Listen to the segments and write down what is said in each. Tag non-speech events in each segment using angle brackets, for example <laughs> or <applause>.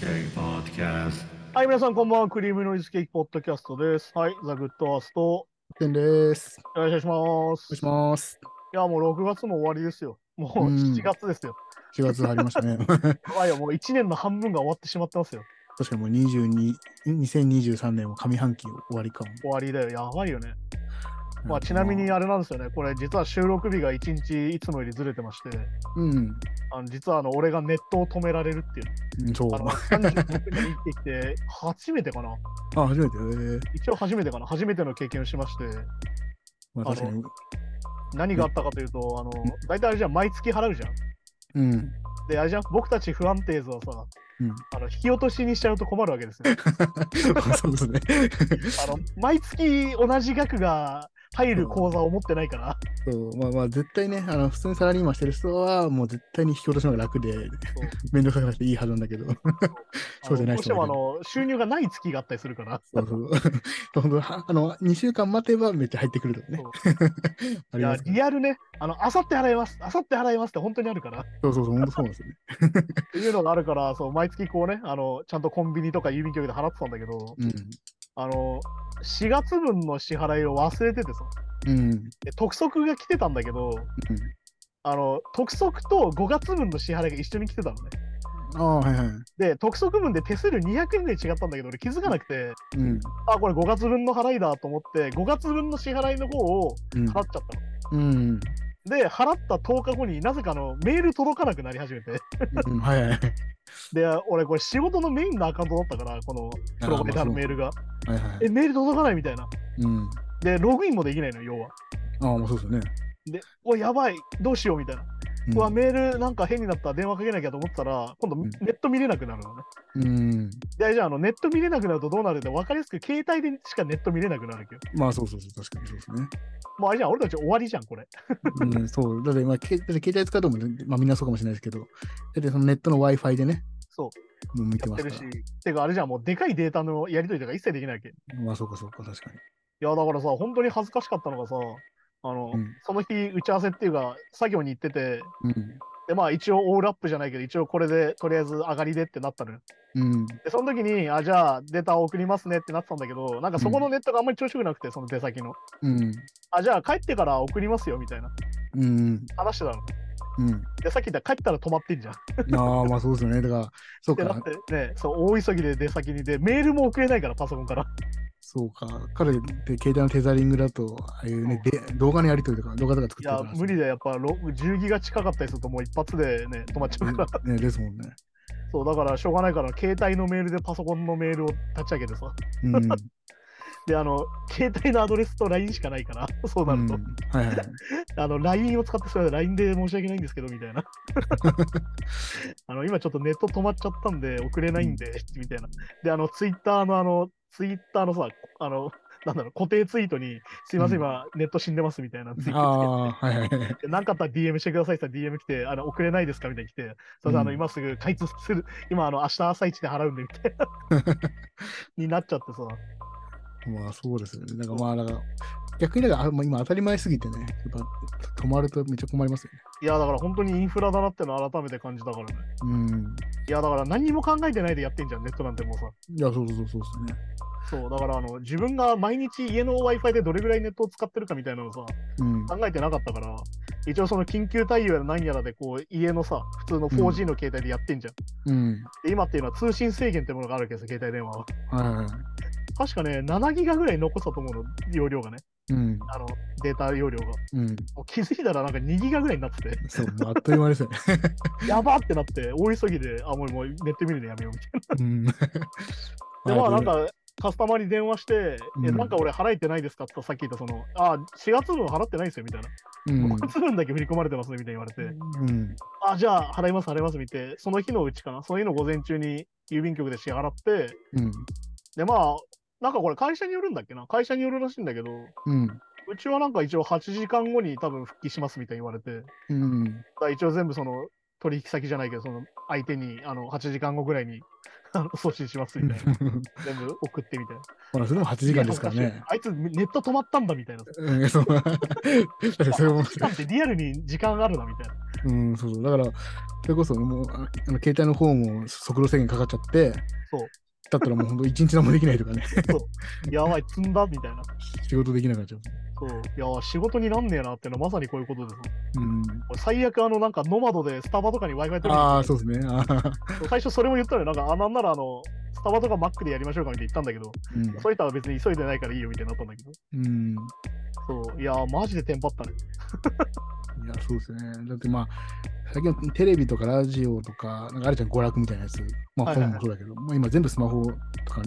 Cake Podcast. はい、皆さんこんばんは。クリームノイズケーキポッドキャストです。はい、ザ・グッドアースト、よてんです。ろしくお願いしまお願す。いいします。や、もう6月も終わりですよ。もううん7月ですよ。 4月入りまし <laughs> たね。やばいよ、もう1年の半分が終わってしまってますよ。確かにもう22、2023年も上半期終わりかも。終わりだよ、やばいよね。まあ、ちなみに、あれなんですよね、これ実は収録日が1日いつもよりずれてまして、うん、あの実はあの俺がネットを止められるっていう、うんそう。あの36年生きてきて、初めてかな、あ、 <laughs> 初めて。えー一応初めてかな、初めての経験をしまして、まあ、確かに。何があったかというと、あの大体あれじゃん、毎月払うじゃん。うん。 <laughs> で、あれじゃん、僕たち不安定図はさ、うんあの引き落としにしちゃうと困るわけです <laughs> ね。そうですね。 <laughs> あの毎月同じ額が入る口座を持ってないから、そうまあまあ、絶対ね、あの普通にサラリーマンしてる人は、もう絶対に引き落としの方が楽で、面倒くさくなくていいはずなんだけど。そうじゃないどうし人てももあいるの収入がない月があったりするから、そう <laughs> そう。本当はあの、2週間待てばめっちゃ入ってくるとかね。いや <laughs> ありますからリアルね、あの明後日払います、明後日払いますって本当にあるから、っそうそうそう、本当そうなんですよね。ていうのがあるから、そう毎月こうねあの、ちゃんとコンビニとか郵便局で払ってたんだけど、あの4月分の支払いを忘れててさ、うん。うん。で督促が来てたんだけど、うんあの督促と5月分の支払いが一緒に来てたのね。ああ、はいはい。で、督促分で手数料200円で違ったんだけど、俺気づかなくて、うん。あ、これ5月分の払いだと思って、5月分の支払いの方をうん払っちゃったの。うん。で、払った10日後になぜかあのメール届かなくなり始めて。うんはい <laughs> はいはい。で、俺これ仕事のメインのアカウントだったから、このプロバイダーのメールが。はいはい。え、メール届かないみたいな。うん。で、ログインもできないの、要は。ああ、もうそうですよね。で、おい、やばい、どうしようみたいな。うんうわ、メールなんか変になったら電話かけなきゃと思ったら、今度んネット見れなくなるのね。うん。で、じゃああのネット見れなくなるとどうなるって分かりやすく携帯でしかネット見れなくなるわけど。まあそうそうそう、確かにそうですね。もうあれじゃん、俺たち終わりじゃん、これ。 <laughs> うん、そう。だって、まあ、けだって携帯使うとも、まあみんなそうかもしれないですけど、だってそのネットの Wi-Fi でね、そう。もう見てやっまてするかしら。。てか、あれじゃん、もうでかいデータのやり取りとか一切できないわけ。いまあそうかそうか、確かに。や、だからさ、本当に恥ずかしかったのがさ、あの、うんその日、打ち合わせっていうか、作業に行ってて、うん。で、まあ一応オールアップじゃないけど、一応これで、とりあえず上がりでってなったのよ。うん。で、その時に、あ、じゃあデータを送りますねってなってたんだけど、なんかそこのネットがあんまり調子よくなくて、その出先の。うん。あ、じゃあ帰ってから送りますよ、みたいなうん。話してたの。うん。で、さっき言ったら帰ったら止まってんじゃん。っああ、まあそうですよね。だから、そうてな <laughs> っか、て、ね、そう、大急ぎで出先にで、メールも送れないから、パソコンから。そうか。彼って携帯のテザリングだと、ああいうね、で動画のやりとりとか、動画とか作いってるやから。、無理だよ。やっぱろ10ギガ近かったりするともう一発でね、止まっちゃうから。ね。ね、ですもんね。そう、だからしょうがないから、携帯のメールでパソコンのメールを立ち上げてさ。うん。で、あの、携帯のアドレスと LINE しかないから、 <laughs> そうなると。うんはいはい。 <laughs> あの、LINE を使って、それ LINE で申し訳ないんですけど、み <laughs> たいな。あの、今ちょっとネット止まっちゃったんで、送れないんで、みたいな。で、あの、ツイッターのあの、ツイッターのさ、あの、なんだろう、固定ツイートに、すいません、うん今、ネット死んでます、みたいなツイートあつけて。あ、はいはい。でなんかあったら DM してくださいって言ったら DM 来て、あの送れないですかみたいに来て、それであのうん今すぐ開通する、今あの明日朝一で払うんでみたいな、 <laughs> になっちゃってさ、まあそうですよね。だからまあだから逆にだからあもう今当たり前すぎてね、やっぱ止まるとめっちゃ困りますよね。いやだから本当にインフラだなってのを改めて感じたからね。うん。いやだから何にも考えてないでやってんじゃん、ネットなんてもうさ。いや、そうそうそうそうですね。そう、だからあの自分が毎日家の Wi-Fi でどれぐらいネットを使ってるかみたいなのをさ、うん。考えてなかったから、一応その緊急対応やら何やらでこう家のさ、普通の 4G の携帯でやってんじゃん。うん。で今っていうのは通信制限ってものがあるわけですよ、携帯電話は。はいはいはい。確かね、7ギガぐらい残ったと思うの、容量がね。うん。あのデータ容量が。うん。もう気づいたらなんか2ギガぐらいにな <laughs> ってて、そう、もうあっという間ですよね。やばってなって、大急ぎで、あ、もうもうネット見るのやめようみたい <laughs> うん。 <laughs> な。で、まあなんか、カスタマーに電話して、えうんなんか俺払えてないですかってさっき言ったその、あ、4月分払ってないですよみたいな。うん、 5月分だけ振り込まれてますねみたいに言われて、うん。あ、じゃあ払います払います見て、その日のうちかな、その日の午前中に郵便局で支払って、うん。で、まあ、なんかこれ会社によるんだっけな、会社によるらしいんだけど、うん。うちはなんか一応8時間後に多分復帰しますみたいに言われて、 <laughs> うん。だから一応全部その取引先じゃないけど、その相手にあの8時間後ぐらいにあの送信しますみたいな。全部送ってみたいな。まあ、それも8時間ですからいや恥ずねしい。あいつネット止まったんだみたいな。 <laughs> うん、そう。だからそれ8も時間ってリアルに時間あるなみたいな。うん、そうそう。だから、それこそもう、あのあの携帯の方も速度制限かかっちゃって、そうだったらもう本当一日何もできないとかね、 <laughs> やばい、積んだみたいな。仕事できなくなっちゃう。そう。いや、仕事になんねえなってのはまさにこういうことです。うん。俺最悪、あの、なんか、ノマドでスタバとかに Wi-Fi 取りにあ行あ、っそうですね。あ <laughs> ーて最初それも言ったのよ。なんか、あ、なんなら、あの、スタバとか Mac でやりましょうかみたいに言ったんだけど、それとは別に急いでないからいいよみたいになったんだけど。うん。うん。そう。いや、マジでテンパったね。いや、そうですね。だってまあ、最近はテレビとかラジオとか、なんかあるじゃん、娯楽みたいなやつ。まあ、はいはいはい本もそうだけど、もう今全部スマホとか、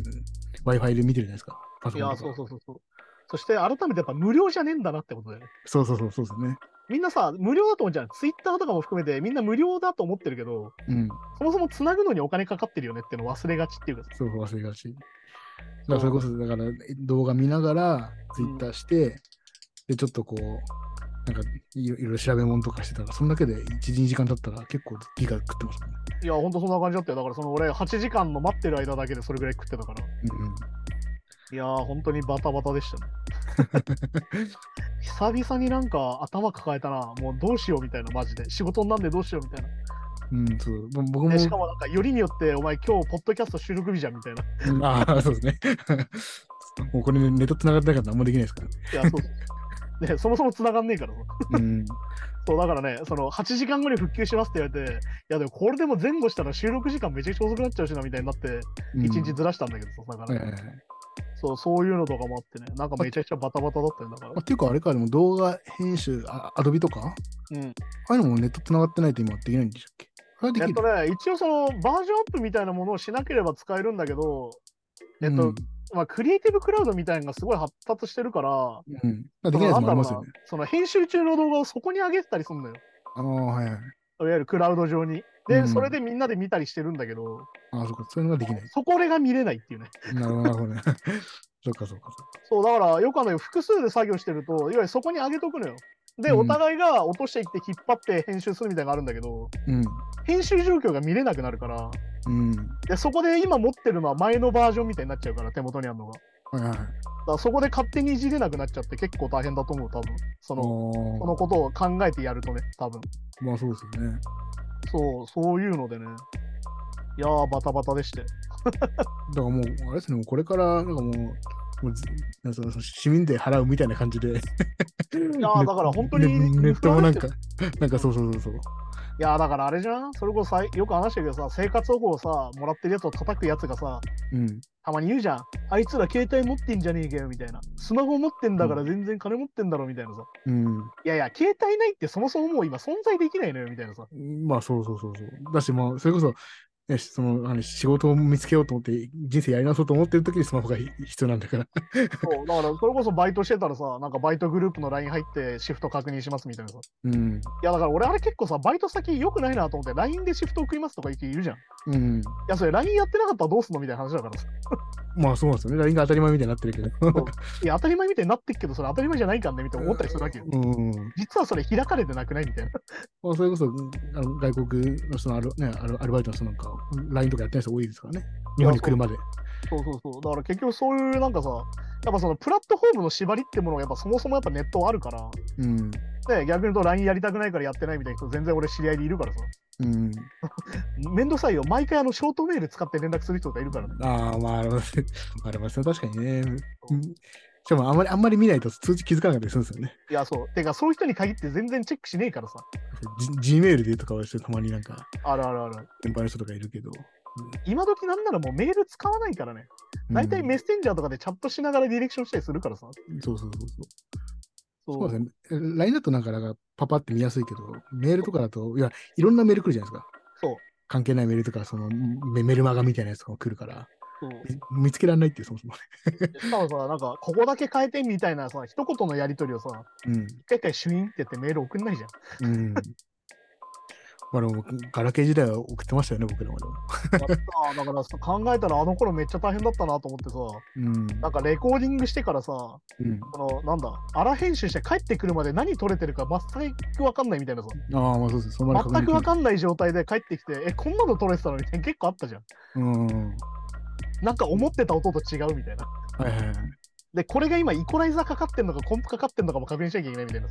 Wi-Fi で見てるじゃないですか。パいソコンや、とかそうそうそうそう。そして、改めてやっぱ無料じゃねえんだなってことだよね。そうそうそうそうですね。みんなさ、無料だと思うじゃん。Twitter とかも含めて、みんな無料だと思ってるけど、うん。そもそも繋ぐのにお金かかってるよねっての忘れがちっていうかさ。そう忘れがち。だからそれこそ、だから動画見ながら、ツイッターして、で、ちょっとこう、なんかいろいろ調べ物とかしてたら、そんだけで1、2時間経ったら結構ギガ食ってますもんね。いや、ほんとそんな感じだったよ。だから、その俺、8時間の待ってる間だけでそれぐらい食ってたから。いやー、本当にバタバタでした <laughs> ね。久々になんか頭抱えたな。もうどうしようみたいな、マジで。仕事になんでどうしようみたいうん。うん、そう。ぼ僕な。もで、し、かもなんか、よりによって、お前今日、ポッドキャスト収録日じゃんみたいな。うんああ、 <laughs> そうですね。もうこれねネット繋がってないから何もできないですから。いや、そうそう。ね、そもそも繋がんねえから。うん。そう、だからね、その、8時間後に復旧しますって言われて、いや、でもこれでも前後したら収録時間めちゃくちゃ遅くなっちゃうしな、みたいになって、うん1日ずらしたんだけどさ、だかはいら、はいはいそう、そういうのとかもあってね、なんかめちゃくちゃバタバタだったんだからあ。っていうか、あれか、でも動画編集、あアドビとかうん。ああ <laughs> いうのもネット繋がってないと今できないんでしたっけあれはできえっるとね、一応そのバージョンアップみたいなものをしなければ使えるんだけど、えっとうんまあ、クリエイティブクラウドみたいなのがすごい発達してるから、うん。できないやつもありますよね。その編集中の動画をそこに上げてたりするのよ。ああ、はいはい。いわゆるクラウド上に。で、うんそれでみんなで見たりしてるんだけど、ああ、そうか、そういうのがで <laughs> きない。そこ俺が見れないっていうね。なるほど、なるほどね。 <laughs> そうか、そうか。そうかそう、だからよくあの複数で作業してると、いわゆるそこに上げとくのよ。で、うんお互いが落としていって引っ張って編集するみたいなのがあるんだけど、うん。編集状況が見れなくなるから、うん。でそこで今持ってるのは前のバージョンみたいになっちゃうから、手元にあるのが。はいはい。だからそこで勝手にいじれなくなっちゃって結構大変だと思う、多分その、こあのことを考えてやるとね、多分あ、まあそうですよね。そう、そういうのでね。いやー、バタバタでして。だからもう、あれですね、もうこれから、なんかもう、もうずなんかそのその市民税払うみたいな感じで。 <laughs> いやーだから本当にねネットもなんかイ、なんかそうそうそうそう。いやー、だからあれじゃんそれこそさよく話してるけどさ、生活保護をさ、もらってるやつを叩くやつがさ、うん。たまに言うじゃん。あいつら携帯持ってんじゃねえかよ、みたいな。スマホ持ってんだから全然金持ってんだろ、みたいなさ。ういやいや、携帯ないってそもそももう今存在できないのよ、みたいなさ。ん。まあそうそうそうそう。だし、まあ、それこそ、ね、その、あの仕事を見つけようと思って、人生やり直そうと思ってる時にスマホが必要なんだから。そう、だからそれこそバイトしてたらさ、なんかバイトグループの LINE 入ってシフト確認しますみたいなさ。うん。いやだから俺あれ結構さ、バイト先良くないなと思って LINE でシフト送りますとか言っているじゃん。いうん。や、それ LINE やってなかったらどうすんのみたいな話だからさ。まあそうなんですよね。LINE が当たり前みたいになってるけど。いや、当たり前みたいになってっけど、それ当たり前じゃないかんねみたいな思ったりするわけよ。うん。実はそれ開かれてなくないみたいな。まあ、それこそうんあの外国のそのアル,、ね、アルアルバイトの人なんか、LINE とかやってない人多いですからね。日本に来るまで。そうそうそう。だから結局そういうなんかさ、やっぱそのプラットフォームの縛りってものがやっぱそもそもやっぱネットあるから、うん。ね、逆に言うと LINE やりたくないからやってないみたいな人全然俺知り合いでいるからさ。うん。めんどくさいよ。毎回あのショートメール使って連絡する人とかいるからね。ああ、まあ、あります <laughs> ね。ありますね。確かにね。うんしかも、あんまり、あんまり見ないと通知気づかなかったりするんですよね。いや、そう。てかそういう人に限って全然チェックしねえからさ。 G メールでとかはしてたまになんか、あるあるある。先輩の人とかいるけど。今時なんならもうメール使わないからね。大体メッセンジャーとかでチャットしながらディレクションしたりするからさ。うんそうそうそうそそう。そううですね。え LINE だとなんか、なんかパパって見やすいけど、メールとかだと、いや、いろんなメール来るじゃないですか。そう関係ないメールとか、そのメメルマガみたいなやつとかも来るから、そうみ見つけられないっていう、そもそもね。しかもさ、なんか、ここだけ変えてみたいなさ、一言のやりとりをさ、うん。一回一回シュインってやってメール送んないじゃん。うん。まあでも、ガラケー時代は送ってましたよね、僕らまでも。あだからさ考えたらあの頃めっちゃ大変だったなと思ってさ、うん。なんかレコーディングしてからさ、この、なんだ、荒編集して帰ってくるまで何撮れてるか全くわかんないみたいなさ、うん、ああ、まあそうです。そんな全くわんかんない状態で帰ってきて、え、こんなの撮れてたのみたいな結構あったじゃん。うん。はなんか思ってた音と違うみたいな。いはいはい。で、これが今イコライザーかかってんのか、コンプかかってんのかも確認しなきゃいけないみたいな。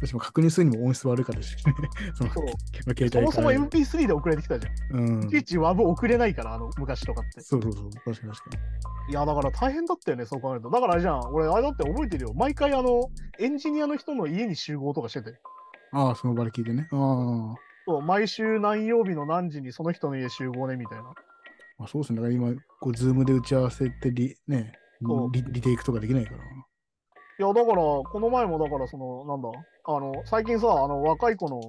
私も確認するにも音質悪かったし、そのそう <laughs> 携帯そもそもからね MP3 で送られてきたじゃん。うんいちいち WAV 送れないから、あの昔とかって。そうそうそう、確かに確かいや、だから大変だったよね、そう考えると。だからあれじゃん、俺、あれだって覚えてるよ。毎回、あの、エンジニアの人の家に集合とかしてて。に。ああ、その場で聞いてね。ああ。そう、毎週何曜日の何時にその人の家集合ね、みたいな。まあ、そうですね。だから今、こう、ズームで打ち合わせってリ、ね、そうリリテイクとかできないから。いや、だから、この前も、だから、その、なんだ、あの、最近さ、あの、若い子の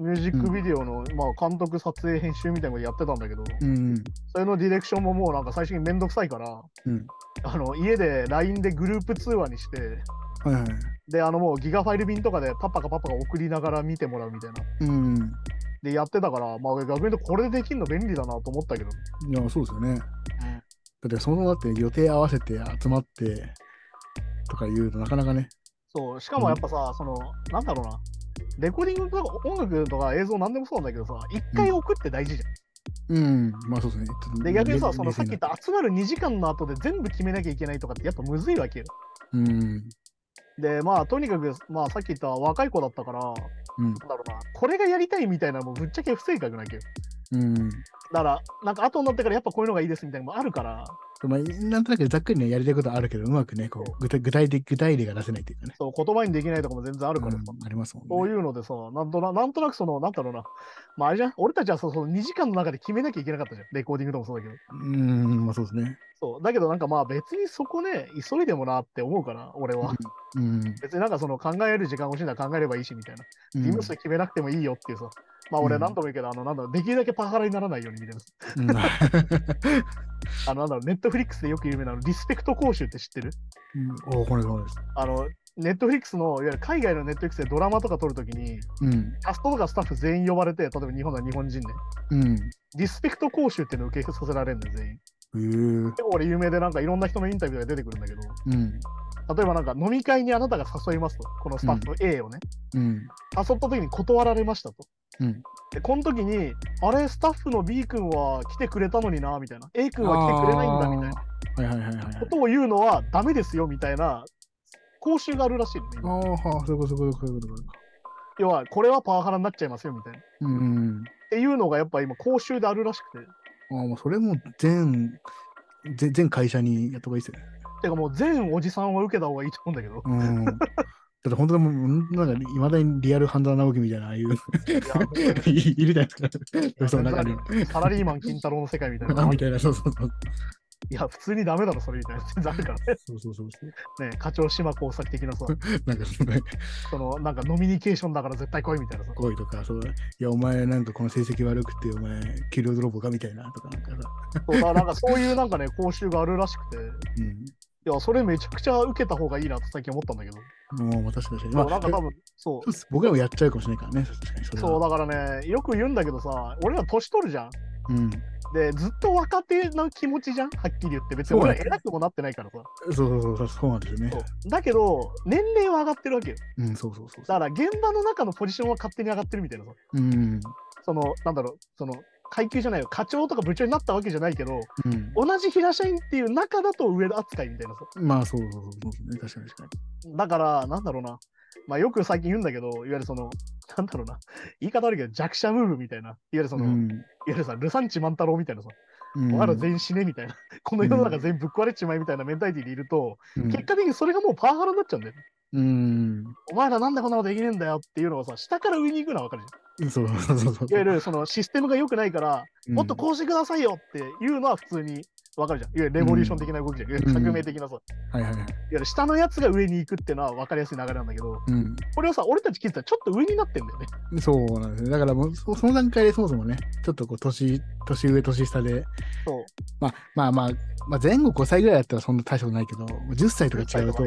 ミュージックビデオの、まあ、監督、撮影、編集みたいなことやってたんだけど、うん。それのディレクションももう、なんか、最初にめんどくさいから、うんあの、家で LINE でグループ通話にして、はいはい。で、あの、もう、ギガファイル便とかで、パッパかパッパか送りながら見てもらうみたいな。うん。で、やってたから、まあ、逆に言うと、これでできるの便利だなと思ったけど、いや、そうですよね。だって、そのだって予定合わせて集まってとか言うとなかなかね。そう、しかもやっぱさ、その、なんだろうな、レコーディングとか、音楽とか映像なんでもそうなんだけどさ、一回送って大事じゃん。うん。まあそうですね。ちょっとで逆にさ、その冷さっき言った集まる2時間の後で全部決めなきゃいけないとかってやっぱむずいわけよ。冷静になってで、まあとにかく、まあさっき言った若い子だったから、なんだうん。ろうな、これがやりたいみたいなのもぶっちゃけ不正確なわけよ。うん。うん。だから、なんか後になってからやっぱこういうのがいいですみたいなのもあるから、まあ、なんとなくざっくりね、やりたいことはあるけど、うまくね、こそうう、具体具体的、具体例が出せないっていうかね。そう言葉にできないとかも全然あるからさ。うんありますもんね。そういうのでさ、なんとななんとなくその、なんだろうな、まああれじゃん、俺たちはさその2時間の中で決めなきゃいけなかったじゃん、レコーディングとかもそうだけど。うん、まあそうですね。そう、だけどなんかまあ別にそこね、急いでもなって思うから、俺は。うん。別になんかその考える時間欲しいなら考えればいいしみたいな。うん事務所決めなくてもいいよっていうさ。まあ俺うん何度も言うけど、あの、なんだろう、できるだけパワハラにならないようにみたいな。うん <laughs> あの、なんだろう、ネットフリックスでよく有名なあのリスペクト講習って知ってるうんおーこれこれです。あの、ネットフリックスの、いわゆる海外のネットフリックスでドラマとか撮るときに、うん。キャストとかスタッフ全員呼ばれて、例えば日本の日本人ね、うん。リスペクト講習っていうのを受けさせられるんだよ、全員。へー結構俺有名でなんかいろんな人のインタビューが出てくるんだけど、うん。例えばなんか飲み会にあなたが誘いますと、このスタッフ A をね、うん。誘った時に断られましたと。うんで、この時に、あれ、スタッフの B 君は来てくれたのにな、みたいな。A 君は来てくれないんだ、みたいなたいな。はいはいはいはいはいこ。とを言うのはダメですよ、みたいな講習があるらしいのね。あ今あ、はあ、そういうこと、そういうこと、そういうことそういうこ要は、これはパワハラになっちゃいますよ、みたいな。っと。うん。ていうのがやっぱ今、講習であるらしくて。ああ、もうそれも全、全全会社にやった方がいいですよね。てかもう全おじさんは受けた方がいいと思うんだけ <laughs> ど。うん。だって本当にもう、なんか、いまだにリアルハンダ直樹みたいな、ああいう、い <laughs> や本当にいいるじゃないですか。その中に。サラリーマン金太郎の世界みたいあな。みいたいな、そうそうそう。や、普通にダメだろ、それみたいな。 <laughs> 全然あるからね。そうそうそうそう。ね課長島工作的な <laughs> さ、なんか、その、その、なんかノミニケーションだから絶対来いみたいなさ。恋とか、そう、いや、お前なんかこの成績悪くて、お前、給料泥棒かみたいな、とか、なんかさ。 <laughs> そうだからなんかそういうなんかね、講習があるらしくて、いうん。や、それめちゃくちゃ受けた方がいいなって最近思ったんだけど、もう、まあ確かに。ままあ、なんか多あ、分、そ、そうです僕らもやっちゃうかもしれないからね、確かに。そうれそうはだからね、よく言うんだけどさ、俺ら年取るじゃん。うん。で、ずっと若手な気持ちじゃん、はっきり言って、別にそう俺だらね偉くもなってないからさ。そうそうそうそう、そうなんですよねそ。うだけど、年齢は上がってるわけよ。うん、そうそうそうそだう。から現場の中のポジションは勝手に上がってるみたいなさ、うん。その、なんだろう、その、階級じゃないよ、課長とか部長になったわけじゃないけど、うん。同じ平社員っていう中だと上扱いみたいなさ。まあ、そうそうそうそうそう、ね。確かに確かだから、なんだろうな。まあ、よく最近言うんだけど、いわゆるその、なんだろうな。言い方悪いけど、弱者ムーブみたいな。いわゆるそに。の、ういわん。ゆるさ、ルサンチ万太郎みたいなさ、うんお前ら全員死ねみたいな。 <laughs> この世の中全員ぶっ壊れちまいみたいなメンタリティでいると、うん結果的にそれがもうパワハラになっちゃうんだよ。うん。お前らなんでこんなことできねえんだよっていうのがさ、下から上に行くのはわかるじゃん。そうそうそうそう。いわゆるそのシステムが良くないから、うん、もっとこうしてくださいよっていうのは普通にわかるじゃん。いわゆるレボリューション的な動きじゃん。いわゆる革命的なさ。いわはいはいはい。ゆる下のやつが上に行くっていうのは分かりやすい流れなんだけど、うこれをさ、俺たち聞いてたらちょっと上になってんだよね。ん。そうなんですね。だからもう、そその段階でそもそもね、ちょっとこう、年、年上、年下で、そう。まあまあまあ、まあ、前後5歳ぐらいだったらそんな大したことないけど、10歳とか違うと、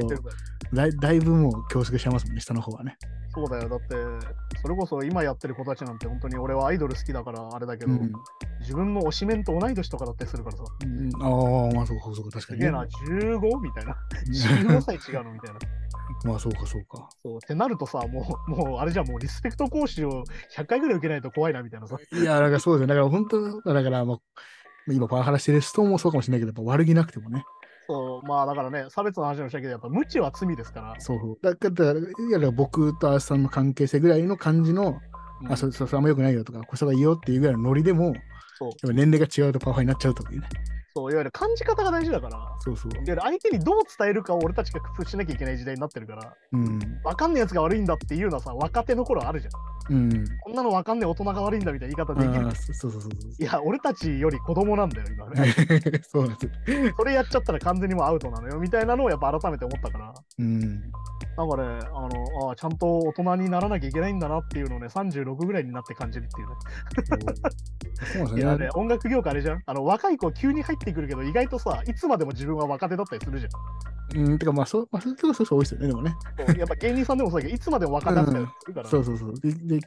だいだいぶもう恐縮しちゃいますもんね、下の方はね。そうだよ、だって、それこそ今やってる子たちなんて、本当に俺はアイドル好きだからあれだけど、うん自分の推しメンと同い年とかだったりするからさ、うんああ、まあそうか、そうか、確かすにげね、えな、15? みたいな。15歳違うのみたいな。まあそうか、そうか。そうってなるとさ、もう、もうあれじゃんもうリスペクト講習を100回ぐらい受けないと怖いなみたいなさ。いや、だからそうですよ。だから本当、だからまあ、今パワハラしてる人もそうかもしれないけど、やっぱ悪気なくてもね、そう、まあだからね、差別の話もしたけど、やっぱ無知は罪ですから。そうそう。だから、だからいやだから僕とあさんの関係性ぐらいの感じの、うんあ、そそそれあんま良くないよとか、こそがいいよっていうぐらいのノリでも、そうやっぱ年齢が違うとパワハラになっちゃうとかね。そう、いわゆる感じ方が大事だから。いそうそう。わゆる相手にどう伝えるかを俺たちが工夫しなきゃいけない時代になってるから、うん。わかんねえやつが悪いんだっていうのはさ、若手の頃あるじゃん。うん。こんなのわかんねえ大人が悪いんだみたいな言い方できるあ。あ、そそうそうそうそう。いや、俺たちより子供なんだよ、今ね。 <laughs> そうなんです。 <laughs> それやっちゃったら完全にもうアウトなのよ、みたいなのをやっぱ改めて思ったから。うん。だから、ね、あの、ああちゃんと大人にならなきゃいけないんだなっていうのをね、36ぐらいになって感じるっていうね。いそうなんですやよねね。、音楽業界あれじゃんあの若い子急に入ってくるけど、意外とさ、いつまでも自分は若手だったりするじゃん。うん。てか、まあ、そう、まあ、そういうとこそうそう多いですよね、でもね。そうやっぱ芸人さんでも <laughs> そうだけど、いつまでも若手だったりするから。そうそうそう。で、で、でで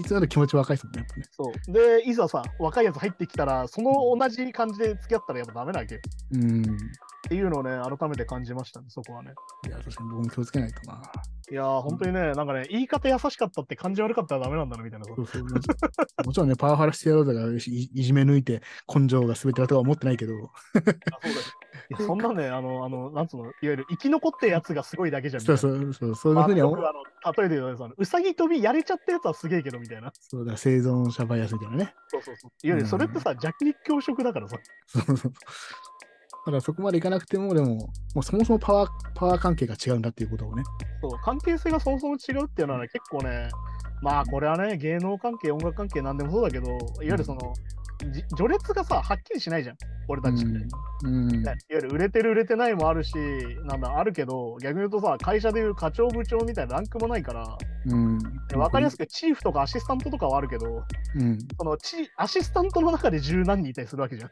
いつまで気持ち若いですもんね、やっぱね。そうで、いざさ、若いやつ入ってきたら、その同じ感じで付き合ったらやっぱダメなわけようん。っていうのをね、改めて感じましたね、そこはね。いや、確かに僕も気をつけないとな。いやー、本当にね、なんかね、言い方優しかったって感じ悪かったらダメなんだな、みたいな。そうそうもち <laughs> もちろんね、パワハラしてやろうとか、いいじめ抜いて根性が全てだとは思ってない <laughs> けど、 <laughs> いやそんなね、あの、あの、なんつうの、いわゆる生き残ってるやつがすごいだけじゃん。みたそいうなそうそう、そういまうあふうにはよ思くあの例えで言うとね、そのうさぎ跳びやれちゃったやつはすげえけどみたいな。そうだ、生存者バイアスみたいなね。そうそうそう。いわゆるそれってさ、弱肉強食だからさ。そうそうそう。だからそこまでいかなくても、でも、もうそもそもパワーパワー関係が違うんだっていうことをね。そう、関係性がそもそも違うっていうのはね、結構ね、まあこれはね、芸能関係、音楽関係なんでもそうだけど、いわゆるその、じ序列がさ、はっきりしないじゃん、俺たちって。うん。うんねいわゆる売れてる売れてないもあるし、なんだ、あるけど、逆に言うとさ、会社でいう課長部長みたいなランクもないから、うん。分かりやすくく。チーフとかアシスタントとかはあるけど、うん。そのチアシスタントの中で十何人いたりするわけじゃん。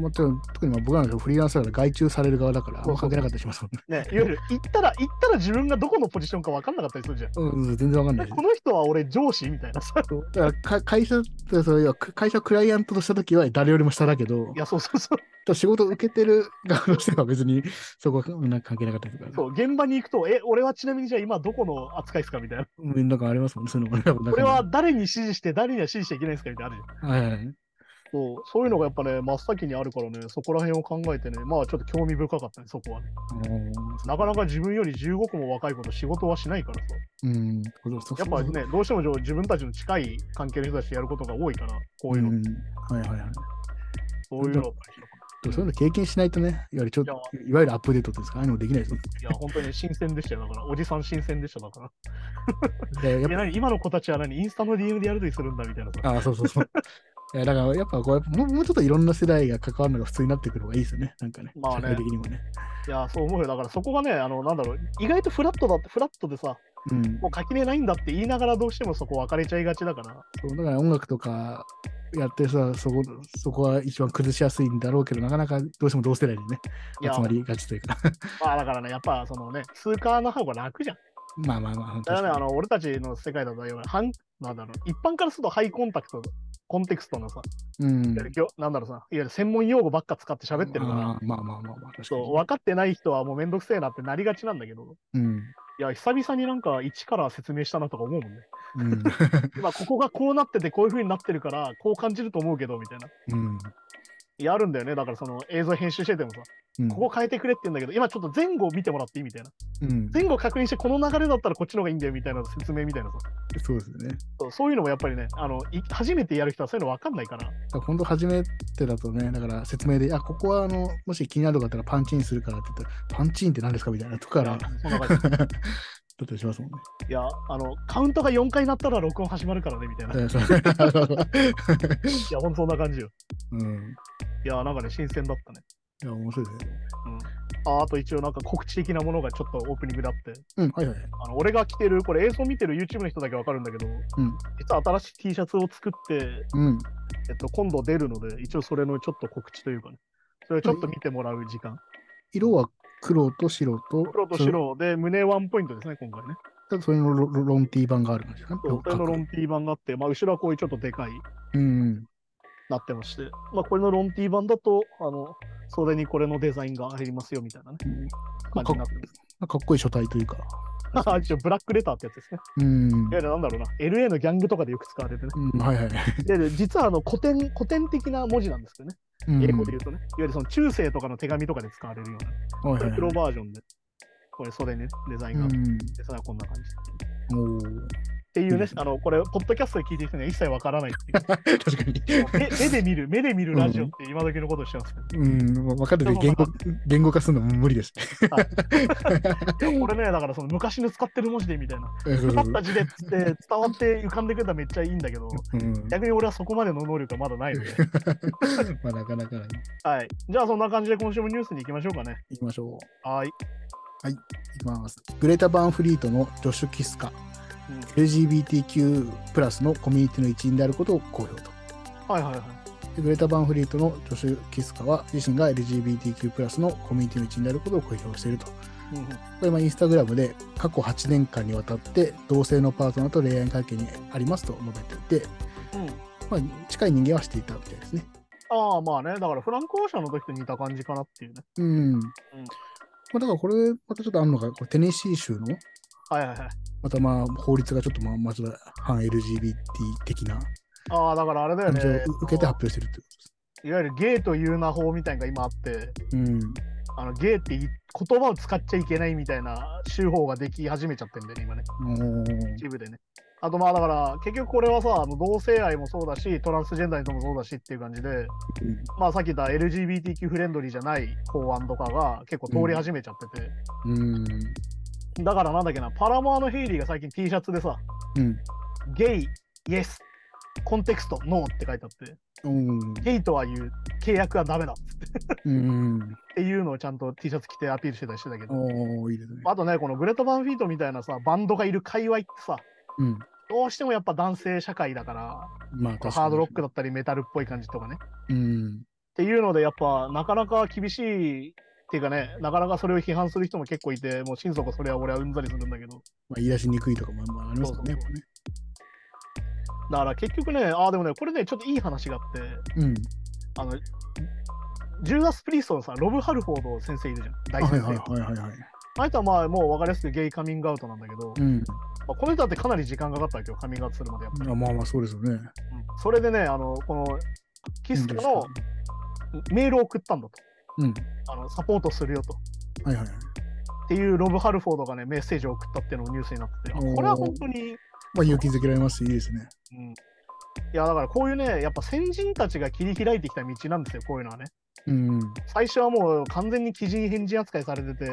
もちろん、特にまあ僕なんかフリーランスだから外注される側だから、あんま関係なかったりしますもんね。ね、いわゆる行ったら行ったら自分がどこのポジションか分かんなかったりするじゃん。うん、全然わかんなえいこの人は俺上司みたいなさ。そうだからか会社ってそれは会社をクライアントとした時は誰よりも下だけどい、や、そうそうそう。と仕事を受けてる側の人は別に <laughs> そこはなんか関係なかったりとか、そう現場に行くと、え、俺はちなみにじゃあ今どこの扱いですかみたいな。うんなんかありますもんね、そういうのもね多分なんこかれは誰に指示して誰には指示しちゃいけないですかみたいなのあるじゃん。はいはいはいそうそういうのがやっぱね、真っ先にあるからね、そこら辺を考えてね、まあちょっと興味深かったね、そこはね。なかなか自分より15個も若い子と仕事はしないからさ。うん、そうそうやっぱね、どうしても自分たちの近い関係の人たちとやることが多いから、こういうの、んはいはいはい。そういうのが。でもそういうの経験しないとね、いわゆるちょっといわゆるアップデートですか、ああいうのもできないですよ。いや、本当に新鮮でしたよ。だから、おじさん新鮮でした。だから。でやっいや、何今の子たちは何インスタの DM でやるとりするんだみたいなさ。ぱあそうそ <laughs> うそう。いやだからやっぱこうやっぱもうもうちょっといろんな世代が関わるのが普通になってくる方がいいですよね、なんかね、まあね社会的にもね。いや、そう思うよ。だから、そこがね、あの、なんだろう、意外とフラットだって、フラットでさ、うん、もう垣根ないんだって言いながら、どうしてもそこ分かれちゃいがちだから。そうだから音楽とかやってる人はそこそこは一番崩しやすいんだろうけどなかなかどうしても同世代でねいや集まりがちというか <laughs> まあ、だからね、やっぱ、そのね、通貨の方が楽じゃん。まあまあまあ本だからね、あ当の、俺たちの世界だと、いわゆる反なんだろう、一般からするとハイコンタクト、コンテクストのさ、うんいわゆるぎょなんだろうさ、いわゆる専門用語ばっか使って喋ってるから、まあまあまあまあまあ確かそう、に分かってない人はもうめんどくせえなってなりがちなんだけど、うんいや、久々になんか一から説明したなとか思うもんね。うん今ここがこうなっててこういう風になってるからこう感じると思うけどみたいな。うんいやあるんだよねだからその映像編集しててもさうんここ変えてくれって言うんだけど今ちょっと前後を見てもらっていいみたいなうん前後確認してこの流れだったらこっちの方がいいんだよみたいな説明みたいなさそうですよねそうそういうのもやっぱりねあのい初めてやる人はそういうの分かんないからだから本当初めてだとねだから説明であここはあのもし気になる方だったらパンチインするからって言ったらパンチインって何ですかみたいなとこいからやだそんな感ったりしますもんねじいやあのカウントが4回鳴ったら録音始まるからねみたいないうんそう <laughs> うやほんとそんな感じよんいやなんかね新鮮だったねいや面白いですねああと一応なんか告知的なものがちょっとオープニングであってうんはいはいはいあの俺が着てるこれ映像見てる YouTube の人だけ分かるんだけど、ん実は新しい T シャツを作って、うんえっと、今度出るので一応それのちょっと告知というかねそれをちょっと見てもらう時間、色は黒と白と、黒とそれ。白で胸ワンポイントですね今回ねただそれのロロロンティー版があるんですよね。そうそれのロンンティー版があって、まあ、後ろはこういうちょっとでかいうんなってまして、まあ、これのロンティー版だとあの袖にこれのデザインが入りますよみたいなねうん。感じになってますかかっこいい書体というか。あ <laughs> 一応ブラックレターってやつですねうんいわ。ゆるなんだろうな <laughs> LA のギャングとかでよく使われてねうんはいはい。で実はあの古典古典的な文字なんですけどねうん英語で言うとね、いわゆるその中世とかの手紙とかで使われるようはいはいな、はい黒バージョンで、これ、それね、デザインがあって、うんでそれはこんな感じ。っおーていういいでねす、ねあの、これ、ポッドキャストで聞いてる人には一切わからないっていう確かに。 <laughs> 目目で見る、目で見るラジオって今時のことをしてますけどうん、分かってて言語言語化するのも無理ですね。いやこれね、だからその昔の使ってる文字でみたいな、そうそう使そった字でっつって伝わって浮かんでくれたらめっちゃいいんだけど、ううん逆に俺はそこまでの能力がまだないので、 <laughs> まあなかなかねはい。じゃあそんな感じで今週もニュースに行きましょうかね。いきましょはい。う。いきます。グレータ・バーンフリートのジョシュ・キスカ、うん、 LGBTQ+, プラスのコミュニティの一員であることを公表と。はいはいはい。でグレータ・バーンフリートのジョシュ・キスカは自身が LGBTQ+, プラスのコミュニティの一員であることを公表していると。こうんうんれはインスタグラムで過去8年間にわたって同性のパートナーと恋愛関係にありますと述べていて、うんまあ、近い人間はしていたみたいですね。ああ、まあね、だからフランク・オーシャンの時と似た感じかなっていうね。うん。まあ、だからこれ、またちょっとあるのが、これテネシー州の、はいはいはい。またまあ法律がちょっとまあまず反 LGBT 的なああ、だからあれだよ感じをね。受けて発表してるってこいわゆるゲイという名法みたいなのが今あって、とです。うん。あのゲイってい言葉を使っちゃいけないみたいな州法ができ始めちゃってるんだよね、今ね。おー一部でね。あとまあだから結局これはさあの同性愛もそうだしトランスジェンダーにともそうだしっていう感じでうんまあさっき言った LGBTQ フレンドリーじゃない法案とかが結構通り始めちゃってて、うん。だからなんだっけなパラモアのヘイリーが最近 T シャツでさうん。ゲイ、イエス、コンテクスト、ノーって書いてあって、うん。ゲイとは言う、契約はダメだっうん。ていうのをちゃんと T シャツ着てアピールしてたりしてたけど、おーいいですね。あとね、このグレート・バンフィートみたいなさ、バンドがいる界隈ってさ、うん。どうしてもやっぱ男性社会だから、まあ、確かにハードロックだったりメタルっぽい感じとかね。っうん。ていうので、やっぱなかなか厳しいっていうかね、なかなかそれを批判する人も結構いて、もう心底それは俺はうんざりするんだけど、まあ、言い出しにくいとかもまあありますよね。そうそうやっだから結局ね、ああ、でもね、これね、ちょっといい話があって、ぱねうん。あの、ジューダス・プリーストのさ、ロブ・ハルフォード先生いるじゃん、大は先い生。はいはいはいはい。あの人はまあもう分かりやすくゲイカミングアウトなんだけど、うん。まあ、この人だってかなり時間かかったわけよ、カミングアウトするまでやっぱり。あまあまあ、そうですよね。うんそれでね、あの、このキスカのメールを送ったんだと。うん。あのサポートするよと。はいはいはい。っていうロブ・ハルフォードがね、メッセージを送ったっていうのもニュースになってて、あおーこれは本当に、まあ、勇気づけられますし、いいですね。うん。いや、だからこういうね、やっぱ先人たちが切り開いてきた道なんですよ、こういうのはね。うん。最初はもう完全に鬼人変人扱いされてて、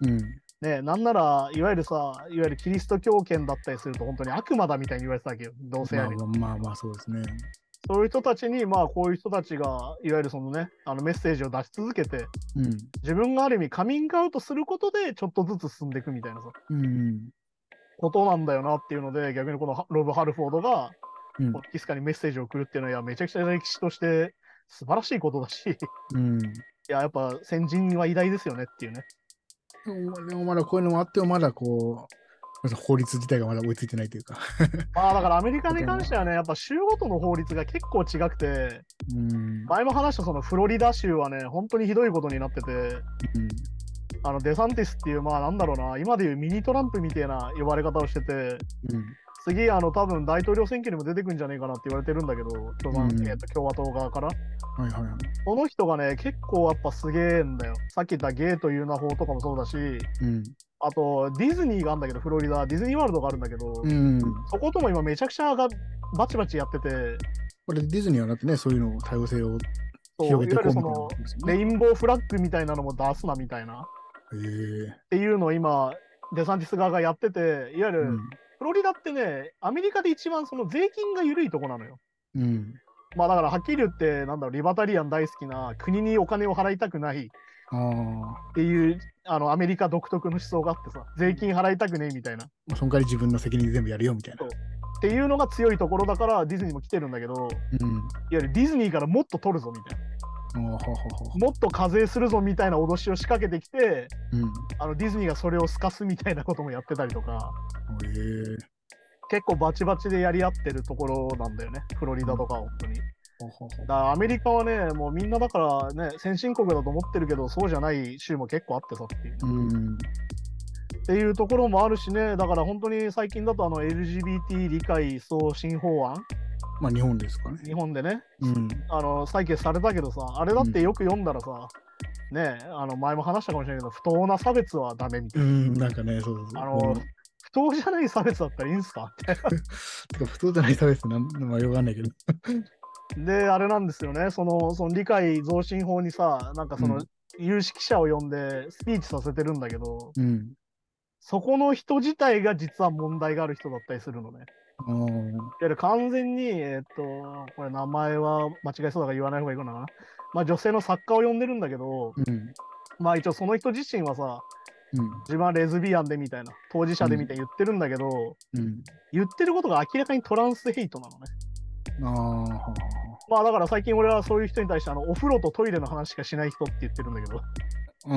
うん。ね、なんなら、いわゆるさ、いわゆるキリスト教圏だったりすると、本当に悪魔だみたいに言われてたわけよ、同性ま愛あに。まあまあまあ、そうですね。そういう人たちに、まあ、こういう人たちが、いわゆるそのね、あのメッセージを出し続けて、うん。自分がある意味カミングアウトすることで、ちょっとずつ進んでいくみたいなさ、うん。ことなんだよなっていうので、逆にこのロブ・ハルフォードが、うんこうキスカにメッセージを送るっていうのは、いや、めちゃくちゃ歴史として素晴らしいことだし、い <laughs> うん。や、やっぱ先人は偉大ですよねっていうね。でもでもまだこういうのもあってもまだこう、ま、法律自体がまだ追いついてないというか。まあ、だからアメリカに関してはね、やっぱ州ごとの法律が結構違くて、うん。前も話したそのフロリダ州はね、本当にひどいことになってて、うんあのデサンティスっていう、まあなんだろうな、今でいうミニトランプみたいな呼ばれ方をしてて、次、あの多分大統領選挙にも出てくんじゃねえかなって言われてるんだけど、共産うんえーと共和党側から。うん。はいはいはい。この人がね、結構やっぱすげえんだよ。さっき言ったゲイという名法とかもそうだし、うん。あとディズニーがあるんだけど、フロリダ、ディズニーワールドがあるんだけど、うん。そことも今めちゃくちゃがバチバチやってて、これディズニーはだってね、そういうのを多様性をそう広いげわてゆるそこうみたいなこのとですよレね。インボーフラッグみたいなのも出すなみたいな。へっていうのを今、デサンティス側がやってて、いわゆえ。るフロリダってね、アメリカで一番その税金が緩いとこなのよ。うん。うん。まあだからはっきり言って、なんだろう、リバタリアン大好きな国にお金を払いたくないっああ。まていう、あのアメリカ独特の思想があってさ、税金払いたくねえみたいな。っあ、その代わり自分の責任で全部やるよみたいな。ていうのが強いところだから、ディズニーも来てるんだけど、いわうん。ゆるディズニーからもっと取るぞみたいな。ああ、ははは。もっと課税するぞみたいな脅しを仕掛けてきて、うん。あのディズニーがそれをすかすみたいなこともやってたりとか、へえ。結構バチバチでやり合ってるところなんだよね、フロリダとかは本当に。はだかはらアメリカはね、もうみんなだからね、先進国だと思ってるけど、そうじゃない州も結構あってさっていう,、うん。っていうところもあるしね、だから本当に最近だとあの LGBT 理解増進法案まあ日本ですかね。日本でね、うん。あの採決されたけどさ、あれだってよく読んだらさ、ねえあの前も話したかもしれないけど、不当な差別はダメみたいうん、なんかね、そうそうそう。な。あの、うん不当じゃない差別だったらいいんすかって。てか普通じゃない差別ってなん、まあ、よくわかんないけど。で、あれなんですよね、そのその理解増進法にさ、なんかその、うん有識者を呼んでスピーチさせてるんだけど、うん。そこの人自体が実は問題がある人だったりするのね。あーいやで完全に、えーっと、これ名前は間違いそうだから言わない方がいいかな。まあ女性の作家を呼んでるんだけど、うん。まあ一応その人自身はさ、うん。自分はレズビアンでみたいな、当事者でみたいに言ってるんだけど、うん。言ってることが明らかにトランスヘイトなのね。ああ、はあはまあだから最近俺はそういう人に対してあのお風呂とトイレの話しかしない人って言ってるんだけど、あ。あー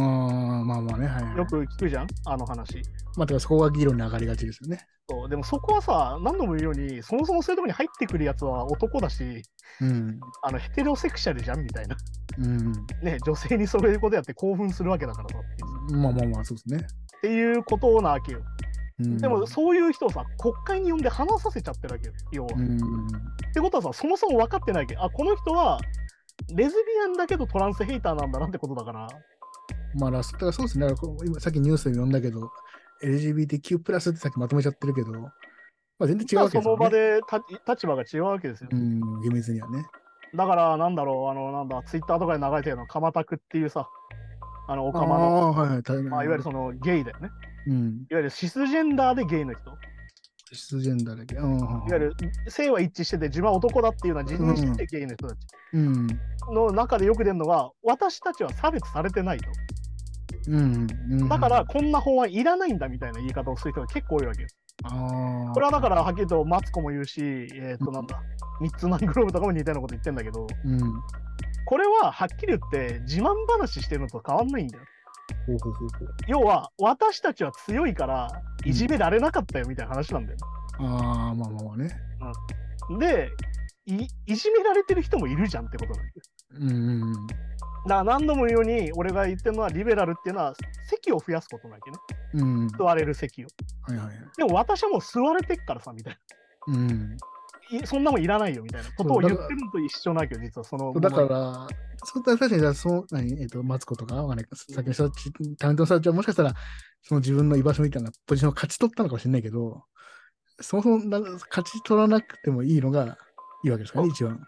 まあまあね、はい、はい。よく聞くじゃん、あの話。まあ、てかそこが議論に上がりがちですよね。そうでもそこはさ、何度も言うように、そもそもそういうとこに入ってくるやつは男だし、うん。あのヘテロセクシャルじゃんみたいな。うん。ね、女性にそういうことやって興奮するわけだからさっていうまあまあまあ、そうですね。っていうことなわけよ。うん、でもそういう人をさ、国会に呼んで話させちゃってるわけよ、要は。うっん。てことはさ、そもそも分かってないわけあ、この人はレズビアンだけどトランスヘイターなんだなってことだから。まあ、ラスだからそうですね。だからこう今さっきニュースで読んだけど、LGBTQ+, プラスってさっきまとめちゃってるけど、まあ、全然違うわけそですのよ、ね。場でた立場が違うわけですよ。うん、厳密にはね。だから、なんだろう、あの、なんだ、ツイッターとかで流れてるの、カマタクっていうさ、あの、オカマあの、あ、はいはい。大変まあ、いわゆるそのゲイだよね。うん。いわゆるシスジェンダーでゲイの人。シスジェンダーだけ。うん。いいわわゆ、る性は一致してて、自分は男だっていうのは自認しててゲイの人たち。うん。の中でよく出るのは私たちは差別されてないとうん。うん、だから、こんな法案いらないんだみたいな言い方をする人が結構多いわけよああ。これはだか、らはっきりとマツコも言うしえっ、とうんなんだミッツマングローブとかも似たようなこと言ってんだけどうん。これははっきり言って自慢話してるのと変わんないんだよほうほうほうほう。要は私たちは強いからいじめられなかったよみたいな話なんだよ、ああ、まあまあまあね。でいいじめられてる人もいるじゃんってことなんだようんうんうん。だから何度も言うように俺が言ってるのはリベラルっていうのは席を増やすことなわけねうん。座れる席をはいはい。でも私はもう吸われてっからさみたいうん。ないそんなもんいらないよみたいなことを言ってるのと一緒なわけど実はそのだから、そうだ確かにだ、そう、何、えっ、と、マツコとか、わかんないさっきの人たち、タレントの人たちは、もしかしたら、その自分の居場所みたいなポジションを勝ち取ったのかもしれないけど、そもそもな勝ち取らなくてもいいのがいいわけですからね、一番。